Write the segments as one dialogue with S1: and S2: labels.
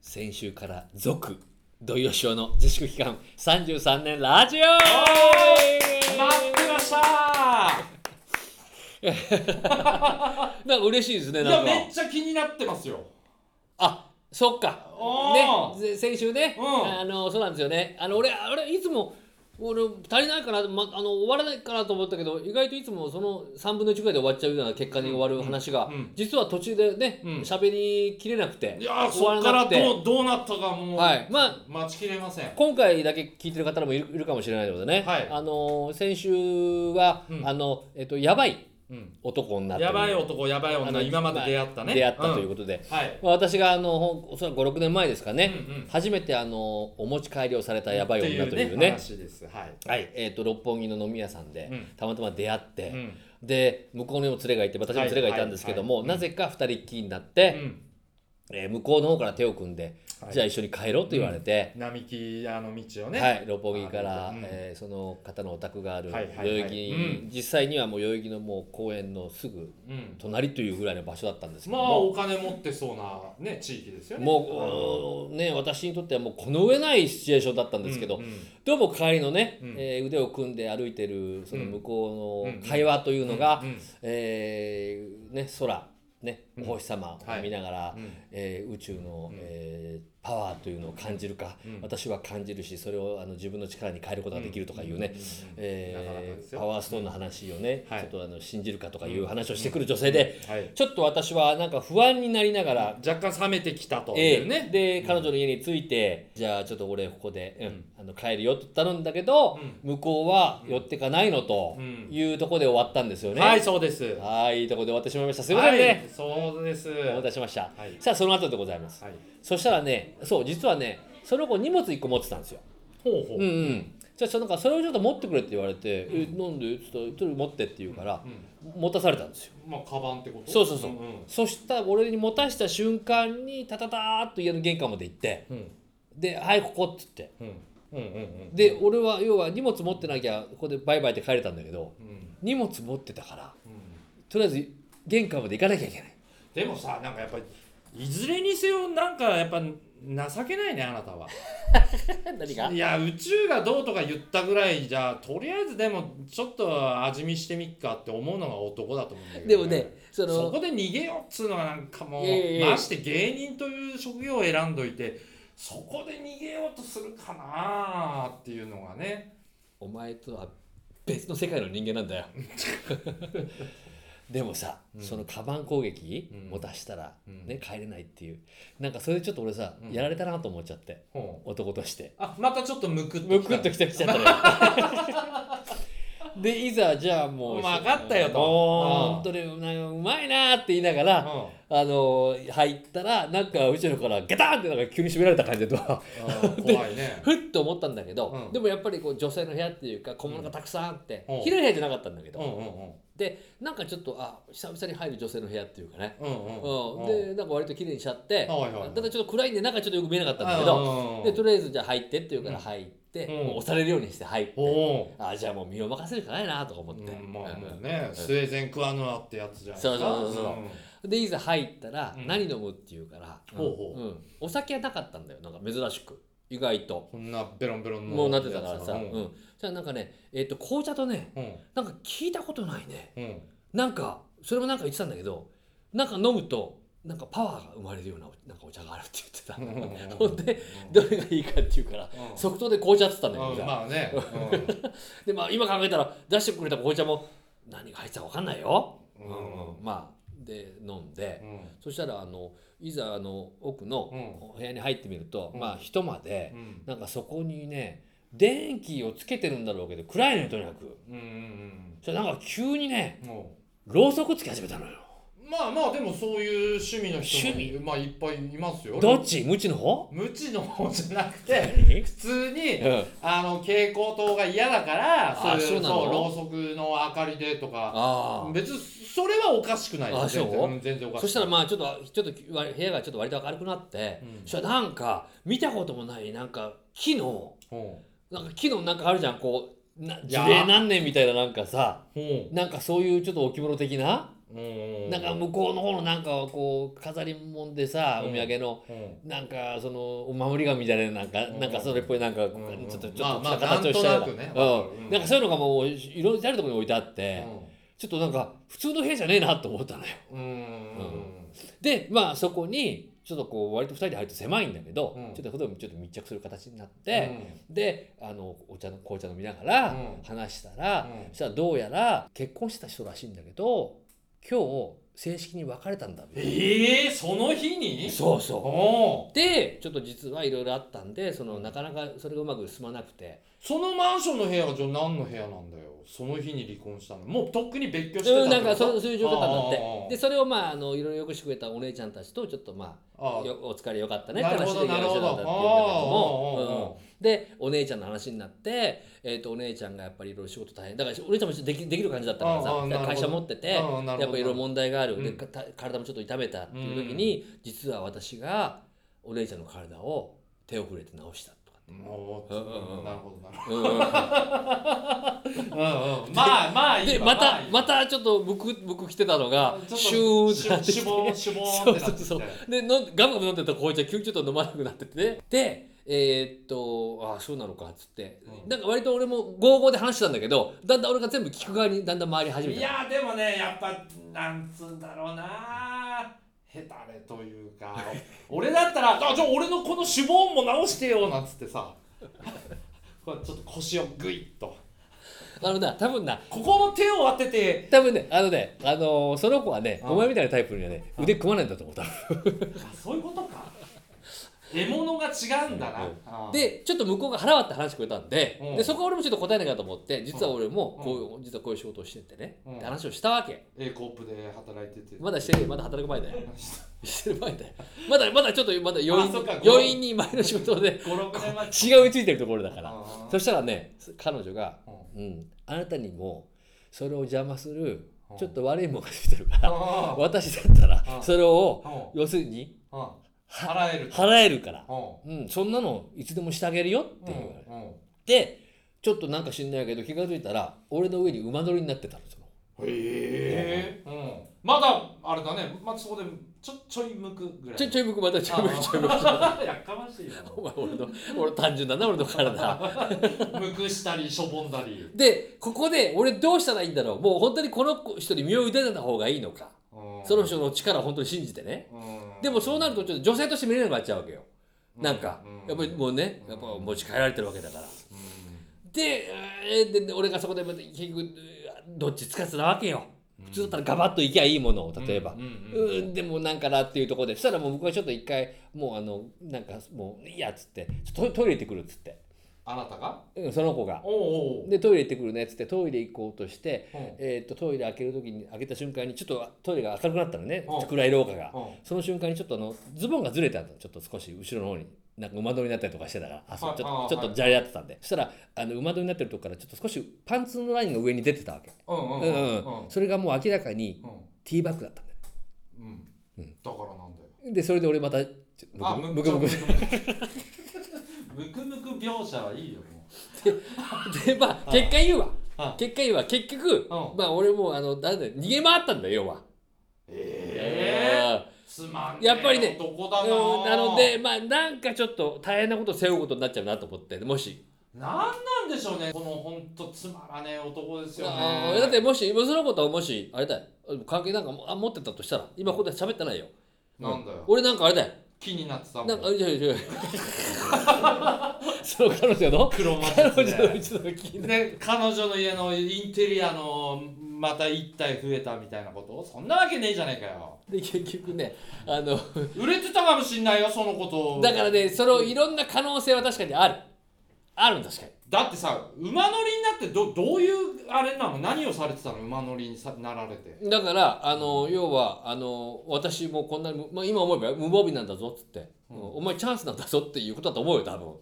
S1: 先週から続土曜ショーの自粛期間33年ラジオ
S2: 待ってました
S1: なんか嬉しいですね
S2: い
S1: な
S2: や
S1: んか
S2: めっちゃ気になってますよ
S1: あそっか
S2: お
S1: ね
S2: ー
S1: ぜ先週ね、
S2: うん
S1: あのそうなんですよねあの俺あれいつも俺足りないかな、ま、あの終わらないかなと思ったけど意外といつもその3分の1ぐらいで終わっちゃうような結果に終わる話が、
S2: うんうん
S1: 実は途中でね
S2: うん
S1: 喋、りきれなくて
S2: いやー
S1: 終わ
S2: そ
S1: ら
S2: っか
S1: な
S2: ら
S1: くて
S2: どうどうなったかもう、
S1: はいまあ
S2: 待ちきれません
S1: 今回だけ聞いてる方もいるいるかもしれないのでね、
S2: はい
S1: あの先週は、
S2: うん
S1: あのえっとやばい
S2: うん
S1: 男になって
S2: やばい男やばい
S1: あ
S2: 女
S1: の
S2: 今まで出会ったね
S1: 出会ったという
S2: こ
S1: ことで、
S2: と、はい
S1: まあ私があのほんおそらく56年前ですかね、
S2: うんうん
S1: 初めてあのお持ち帰りをされたやばい女
S2: っ
S1: と
S2: て
S1: いうね
S2: 話ですはい、
S1: はいえー、と六本木の飲み屋さんで、
S2: うん
S1: たまたま出会って、
S2: うん
S1: で向こうにも連れがいて私も連れがいたんですけども、
S2: はいはいは
S1: なぜか2人っきりになって、えー向こうの方から手を組んで、
S2: はい
S1: じゃあ一緒に帰ろうと言われて、
S2: 並木あの道をね、
S1: はい、六本木から、
S2: あのうん
S1: えーその方のお宅がある
S2: はい
S1: 代
S2: はいはい
S1: 々木に、
S2: うん
S1: 実際にはもう代々木のもう公園のすぐ
S2: うん、
S1: 隣というぐらいの場所だったんですけど
S2: ま
S1: も
S2: あお金持ってそうなね地域ですよね
S1: もう、ね、私にとってはもうこの上ないシチュエーションだったん
S2: うん
S1: ですけど、
S2: うんうん
S1: どうも帰りのね、
S2: うん
S1: えー腕を組んで歩いてるその向こう
S2: うん
S1: の会話というのが、
S2: うんうん
S1: えーね、空、ね、お星様を
S2: はい
S1: 見ながら、
S2: うん
S1: えー宇宙の、
S2: うん
S1: えーパワーというのを感じるか、
S2: うん
S1: 私は感じるしそれをあの自分の力に変えることができるとかいうね、
S2: うんなかなか
S1: え
S2: です
S1: ー
S2: よ
S1: パワーストーンの話をね、
S2: はい
S1: ちょっとあの信じるかとかいう話をしてくる女性で、
S2: はい、
S1: ちょっと私はなんか不安になりながら、
S2: 若干冷めてきたと
S1: ええ
S2: いうね、
S1: で彼女の家に着いて、じゃあちょっと俺ここで、うんあの帰るよって頼んだけど、向こうは寄ってかないのと
S2: うん
S1: いうところで終わったんですよね、
S2: はいそうです
S1: はいいいところで終わってしまいましたすいませんね、
S2: はい、そうです。
S1: お待たせしました、
S2: はい
S1: さあその後でございます、
S2: はい。
S1: そしたらねそう実はねその子荷物1個持ってたんですよ
S2: ほうほ
S1: うんうんじゃあちょっとなんかそれをちょっと持ってくれって言われて「えなんで?」ちょっと持って」って言うから、持たされたんですよ
S2: まあカバンってこと。
S1: そうそうそう、
S2: んん
S1: そしたら俺に持たした瞬間にタタターっと家の玄関まで行って
S2: うん
S1: で「はいここ」っつって
S2: うんうんうんうん。
S1: で俺は要は荷物持ってなきゃここでバイバイって帰れたんだけど
S2: うん
S1: 荷物持ってたから
S2: うん
S1: とりあえず玄関まで行かなきゃいけない
S2: でもさなんかやっぱりいずれにせよなんかやっぱ情けないねあなたは。
S1: 何
S2: いや宇宙がどうとか言ったぐらいじゃとりあえずでもちょっと味見してみっかって思うのが男だと思うんだけ ど、
S1: でもね。その
S2: そこで逃げよっつうのがなんかもう
S1: いやいやいや
S2: まして芸人という職業を選んどいてそこで逃げようとするかなーっていうのがね
S1: お前とは別の世界の人間なんだよ でもさ、そのカバン攻撃
S2: うん
S1: 持たしたら、
S2: うん
S1: ね帰れないっていうなんかそれでちょっと俺さ、
S2: うん
S1: やられたなと思っちゃって
S2: ほう
S1: 男として
S2: あまたちょっとむくっ
S1: ムクッと
S2: とき
S1: きてきちゃった ねでいざじゃあもう
S2: もう分かったよと
S1: もう
S2: うん
S1: 本当になんかうまいなって言いながら、あの入ったらなんか後ろからガタンってなんか急に閉められた感じでドア
S2: うん、怖いね
S1: ふっと思ったんだけど、
S2: うん
S1: でもやっぱりこう女性の部屋っていうか小物がたくさんあって、
S2: うん
S1: 広い部屋じゃなかったんだけど、
S2: うんうん
S1: でなんかちょっとあ久々に入る女性の部屋っていうかね、
S2: うんうん
S1: うん
S2: う
S1: で
S2: ん
S1: なんか割と綺麗にしちゃって、
S2: はいはいはい
S1: ただちょっと暗いんで中ちょっとよく見えなかったんだけど、
S2: うん
S1: でとりあえずじゃあ入ってっていうから入って、
S2: うん
S1: もう押されるようにして入って、
S2: おお
S1: あじゃあもう身を任せるしかないなとか思って、
S2: ー、うん、まあ
S1: うん
S2: もうね、スウェーデンクアヌアってやつじゃない
S1: そうそうそうそうでいざ入ったら
S2: うん
S1: 何飲むっていうから、
S2: ほうほうん
S1: お酒はなかったんだよなんか珍しく意外と、
S2: こんなベロンベロンの
S1: もうなってたからさ、
S2: う
S1: うん
S2: ん
S1: じゃあなんかね、えっと紅茶とね
S2: うん
S1: なんか聞いたことないね
S2: うん
S1: なんかそれもなんか言ってたんだけどなんか飲むとなんかパワーが生まれるようななんかお茶があるって
S2: う
S1: 言ってた、
S2: ん
S1: ほんで
S2: うん
S1: どれがいいかっていうから、
S2: うん
S1: 即答で紅茶って言ったんだけど
S2: うん
S1: さ、
S2: まあね、
S1: でまあ今考えたら出してくれた紅茶も何が入ってたか分かんないよ、
S2: うん
S1: うんまあで飲んで
S2: う、ん
S1: そしたらあのいざあの奥の
S2: うん
S1: 部屋に入ってみると、
S2: うん
S1: まあ一間で
S2: う、ん
S1: なんかそこにね電気をつけてるんだろうけど暗いのよとにかく
S2: うんうん
S1: じゃなんか急にね
S2: うんも
S1: ろうそくつけ始めたのよ
S2: うまあまあでもそういう趣味の人
S1: 趣
S2: もまあいっぱいいますよ
S1: どっち無知の方
S2: 無知の方じゃなくて
S1: 何
S2: 普通に
S1: うん
S2: あの蛍光灯が嫌だから
S1: あ
S2: そういう
S1: そうなの
S2: そうろうそくの明かりでとか
S1: あ
S2: 別にそれはおかしくないよ
S1: あそう
S2: 全然ん全然お
S1: あ
S2: かしくない
S1: そしたらまあちょっとちょっと部屋がちょっと割と明るくなって、
S2: うん
S1: そしたらなんか見たこともないなんか木の
S2: うん
S1: なんか木のなんかあるじゃんこうな樹
S2: や
S1: 齢何年みたいななんかさ
S2: うん
S1: なんかそういうちょっと置物的な
S2: うん
S1: なんか向こうの方のなんかこう飾り物でさ、
S2: うん
S1: お土産の
S2: うん
S1: なんかそのお守り神みたいななんか、
S2: うん
S1: なんかそれっぽいなんか、ち
S2: ん
S1: ょっとちょっと
S2: まあまあ
S1: した形をしたような,、
S2: なんとなくね
S1: うん
S2: うん
S1: なんかそういうのがもういろいろ至るところに置いてあって、
S2: う
S1: ちょっとなんか普通の部屋じゃねえなと思ったのよ。
S2: んうん
S1: でまあそこにちょっとこう割と2人で入ると狭いんだけど、
S2: うん
S1: ちょっと普段ちょっと密着する形になっ
S2: で
S1: て、であのお茶の紅茶飲みながら
S2: うん
S1: 話したら、
S2: うん
S1: そしたらどうやら結婚してた人らしいんだけど今日正式に別れたんだみたいな
S2: ええその日に
S1: そうそう
S2: おー
S1: でちょっと実はいろいろあったんでそのなかなかそれがうまく進まなくて
S2: そのマンションの部屋がじゃあ何の部屋なんだよその日に離婚したのもうとっくに別居してた
S1: うんなんかそそういう状況だったんだ
S2: あーあーあ
S1: っ
S2: ー
S1: てでそれをまああのいろいろよくしてくれたお姉ちゃんたちとちょっとま
S2: あ
S1: あ
S2: あ
S1: よお疲れよかったねって
S2: なるほ
S1: 話
S2: ど
S1: で
S2: な
S1: 話
S2: るほ
S1: だったっ
S2: ど
S1: ていうんだけども、うん
S2: あ
S1: でお姉ちゃんの話になって、えー、とお姉ちゃんがやっぱりいろいろ仕事大変だからお姉ちゃんもちょっとできできる感じだったから
S2: あーあーなる
S1: さ
S2: ほど
S1: 会社持っててやっ
S2: あーな
S1: ぱ
S2: るほど
S1: いろいろ問題がある、で
S2: うん
S1: かた体もちょっと痛めたっていう時に、実は私がお姉ちゃんの体を手を触れて治したとか。
S2: あもう
S1: うんうんうん
S2: なるほどなる
S1: うん
S2: ほどうんうんまあまあいい
S1: で
S2: わ
S1: ま
S2: あ
S1: た
S2: いいわ
S1: またちょっとむくむく来てたのが
S2: ちょっと
S1: シューンってなって
S2: し
S1: き
S2: ゅ
S1: て
S2: ぼんしゅぼんってなってきて
S1: そうそうでのガブガブ飲んでた紅茶急にちょっと飲まなくなっててでえーっとああそうなのかっつって、
S2: うん
S1: なんか割と俺も合々で話してたんだけどだんだん俺が全部聞く側にだんだん回り始め
S2: い
S1: た
S2: やでもねやっぱなんつうんだろうなへたれというか俺だったらあじゃあ俺のこの脂肪も直してよなんつってさこうちょっと腰をグイッと
S1: あのな多分な
S2: ここの手を当てて
S1: 多分ねあのね、あのーその子はね
S2: うん
S1: お前みたいなタイプにはね腕組まないんだと思った
S2: あそういうことか獲物が違うんだな、
S1: うん
S2: あー
S1: でちょっと向こうが腹割って話してくれたんで,、
S2: うん
S1: でそこは俺もちょっと答えなきゃと思って実は俺も
S2: うん
S1: こういう、実はこういう仕事をしててね、
S2: うん
S1: って話をしたわけ
S2: A コープで働いてて
S1: まだしてまだ働く前 だよしてる前だよまだまだちょっとまだ余
S2: あそっか
S1: 韻余韻に前の仕事で
S2: 56年前
S1: 血が追いついてるところだから
S2: あ
S1: そ
S2: ー
S1: したらね彼女が
S2: う
S1: 「
S2: ん
S1: うんあなたにもそれを邪魔する
S2: うん
S1: ちょっと悪いものがついてるから
S2: あー
S1: 私だった
S2: う
S1: ら
S2: ん
S1: それを
S2: うん
S1: 要するに
S2: うん払える
S1: 払えるから、
S2: う
S1: うん、そんなのいつでもしてあげるよ」って
S2: ん
S1: 言われ
S2: うんうん
S1: てちょっとなんか知んないけど気が付いたら俺の上に馬乗りになってたのその
S2: へえ、うん、まだあれだね、まあ、そこでちょちょい向くぐらい
S1: ちょ いちょい僕またちょい僕ちょい僕
S2: あーやかましいな
S1: お前俺の俺単純だな俺の体
S2: 向くしたりしょぼんだり
S1: でここで俺どうしたらいいんだろうもう本当にこの人に身を委ねた方がいいのかその、人の力を本当に信じてね
S2: うん
S1: でもそうなるとちょっと女性として見れなくなっちゃうわけよ。なんか
S2: う
S1: やっぱりもうね
S2: うん
S1: やっぱ持ち帰られてるわけだから。
S2: う
S1: でえーでで俺がそこでまた結局どっちつかずなわけよ。
S2: ん
S1: 普通だったらガバッといきゃいいものを例えば
S2: うん。うんうん
S1: うん、でもなんかなっていうところでそしたらもう僕はちょっと一回もうあのなんかもういいやっつってちょっとトイレ行ってくるっつって、
S2: あなたが
S1: うん、その子が
S2: おうおう
S1: でトイレ行ってくるねっつってトイレ行こうとして、
S2: うん
S1: えーっとトイレ開ける時に開けた瞬間にちょっとトイレが明るくなったのね
S2: うん
S1: 暗い廊下が
S2: うん
S1: その瞬間にちょっとあのズボンがずれてあったのちょっと少し後ろの方になんか馬乗りになったりとかしてたからあそう
S2: はい
S1: ちょっ
S2: あ
S1: と
S2: ー
S1: ちょっ
S2: は
S1: と
S2: い
S1: じゃれ合ってたんでそしたらあの馬乗りになってるとこからちょっと少しパンツのラインが上に出てたわけ、
S2: うんうん
S1: う
S2: うんん
S1: うん
S2: うん
S1: それがもう明らかに
S2: うん
S1: ティーバッグだったんだよ
S2: うん
S1: うん
S2: だからなんだよ
S1: でそれで俺またちょ
S2: あ
S1: ムク
S2: む
S1: ムクムクム
S2: む
S1: ク
S2: くむく描写はいいよもう
S1: でまあ結果言うわ
S2: あ
S1: 結果言うわ結局
S2: うん
S1: まあ俺もうあのだんだん逃げ回ったんだよ要は。
S2: ええ
S1: うん
S2: つまん
S1: やっぱりね
S2: どこだな
S1: うん
S2: ぁ
S1: なのでまあなんかちょっと大変なことを背負うことになっちゃうなと思ってもし、
S2: なんなんでしょうねこのほんとつまらねえ男ですよ
S1: あ
S2: ね
S1: ーだってもしそのことはもしあれだよ関係なんかもあ持ってたとしたら今ここで喋ってないよ
S2: なんだよ
S1: 俺なんかあれだよ
S2: 気になってたもん
S1: なんかあれじゃないじゃない その彼女の
S2: 黒マ
S1: 彼
S2: ツ
S1: 女のう
S2: で
S1: ちの気に
S2: で彼女の家のインテリアのまた一体増えたみたいなことそんなわけねえじゃねえかよ
S1: で結局ねあの
S2: 売れてたかもしんないよそのこと
S1: だからねそのいろんな可能性は確かにあるあるん確かに
S2: だってさ馬乗りになってどどういうあれなの何をされてたの馬乗りにさなられて
S1: だからあの要はあの私もこんなに、まあ、今思えば無防備なんだぞっつって、
S2: う
S1: う
S2: ん
S1: んお前チャンスなんだぞっていうことだと思うよ多分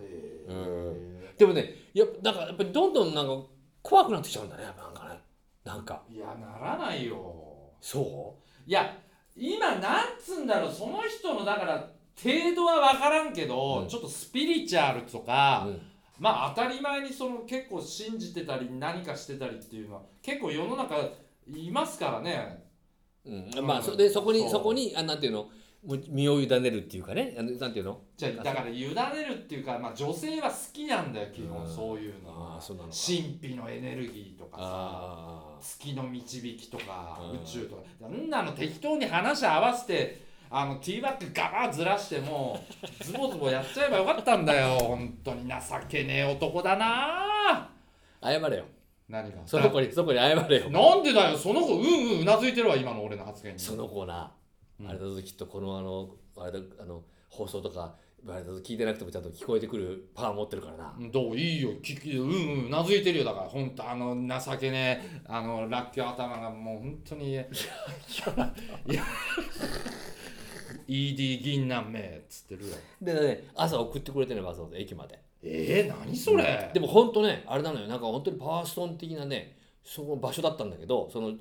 S2: へ
S1: うでもねやっぱだからやっぱりどんどんなんか怖くなってきちゃうんだねやっぱなんかねなんか
S2: いやならないよ
S1: そ
S2: いや今なんつうんだろうその人のだから程度は分からんけど、
S1: うん
S2: ちょっとスピリチュアルと
S1: う、
S2: か、
S1: うん
S2: まあ当たり前にその結構信じてたり何かしてたりっていうのは結構世の中いますからね
S1: うん
S2: うん
S1: まあそでそこに
S2: そう
S1: そこにあなんていうのもう身を委ねるっていうかねあのなんていうの
S2: じゃあだから委ねるっていうか、まあ、女性は好きなんだよ基
S1: う
S2: 本
S1: ん
S2: そういうの
S1: あ
S2: は
S1: あそうなのか
S2: 神秘のエネルギーとかさ
S1: あ
S2: 月の導きとか
S1: うん
S2: 宇宙とかそんなの適当に話合わせてあのティーバッグガバーずらしてもズボズボやっちゃえばよかったんだよ 本当に情けねえ男だな
S1: あ謝れよ
S2: 何が
S1: その 子にその子に謝れよ
S2: なんでだよその子うんうんうなずいてるわ今の俺の発言に
S1: その子な、
S2: うん
S1: あれだときっとこのあのあれだあの放送とかあれだと聞いてなくてもちゃんと聞こえてくるパワー持ってるからな、
S2: どういいよ聞きうんうんうなずいてるよだから本当あの情けねえあのらっきょう頭がもう本当 にいやいや ED 銀杏めっつってるよ
S1: でね朝送ってくれてるのわざわざ駅まで
S2: えー、何それ、
S1: でもほんとねあれなのよなんか本当にパワーストーン的なねその場所だったんだけどその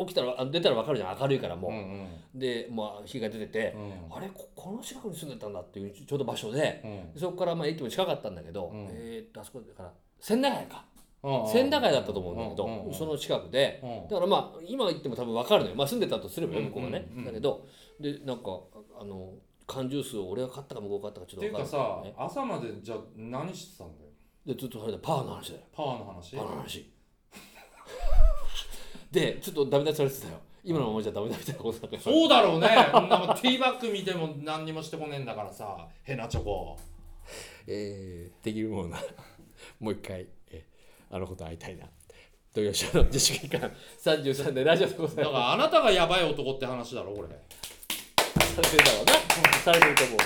S1: 起きたらあ出たら分かるじゃん明るいからもう、
S2: うんうん
S1: でもう日が出てて、
S2: うん
S1: あれここの近くに住んでたんだっていうちょうど場所で、
S2: うん
S1: そこからまあ駅も近かったんだけど、
S2: うん
S1: えーっとあそこだから千駄ヶ谷か
S2: うんうん
S1: 千駄ヶ谷だったと思うんだけど、
S2: うんうんうん
S1: その近くで、
S2: うん
S1: だからまあ今言っても多分分かるのよ、まあ、住んでたとすればよ
S2: うん
S1: 向こうがね、
S2: うんうん
S1: だけどでなんかあの缶ジュースを俺が買ったか向こうが買ったかちょ
S2: っ
S1: ってと
S2: いう
S1: 分か
S2: から
S1: ない
S2: さ
S1: んだよね
S2: 朝までじゃあ何してたんだよ
S1: でずっとそれでパワーの話だよ
S2: パワーの話
S1: パワーの話でちょっとダメ出しされてたよ今のままじゃダメだみたいなことなんか言われて
S2: そうだろうねこんなもんティーバッグ見ても何にもしてこねえんだからさヘナチョコ
S1: えーできるものなもう一回、えーあのこと会いたいな土曜社の自主期間33でラジオでござ
S2: だ
S1: い
S2: か
S1: ま
S2: らあなたがやばい男って話だろこれ
S1: すされてるだろうなされてると思う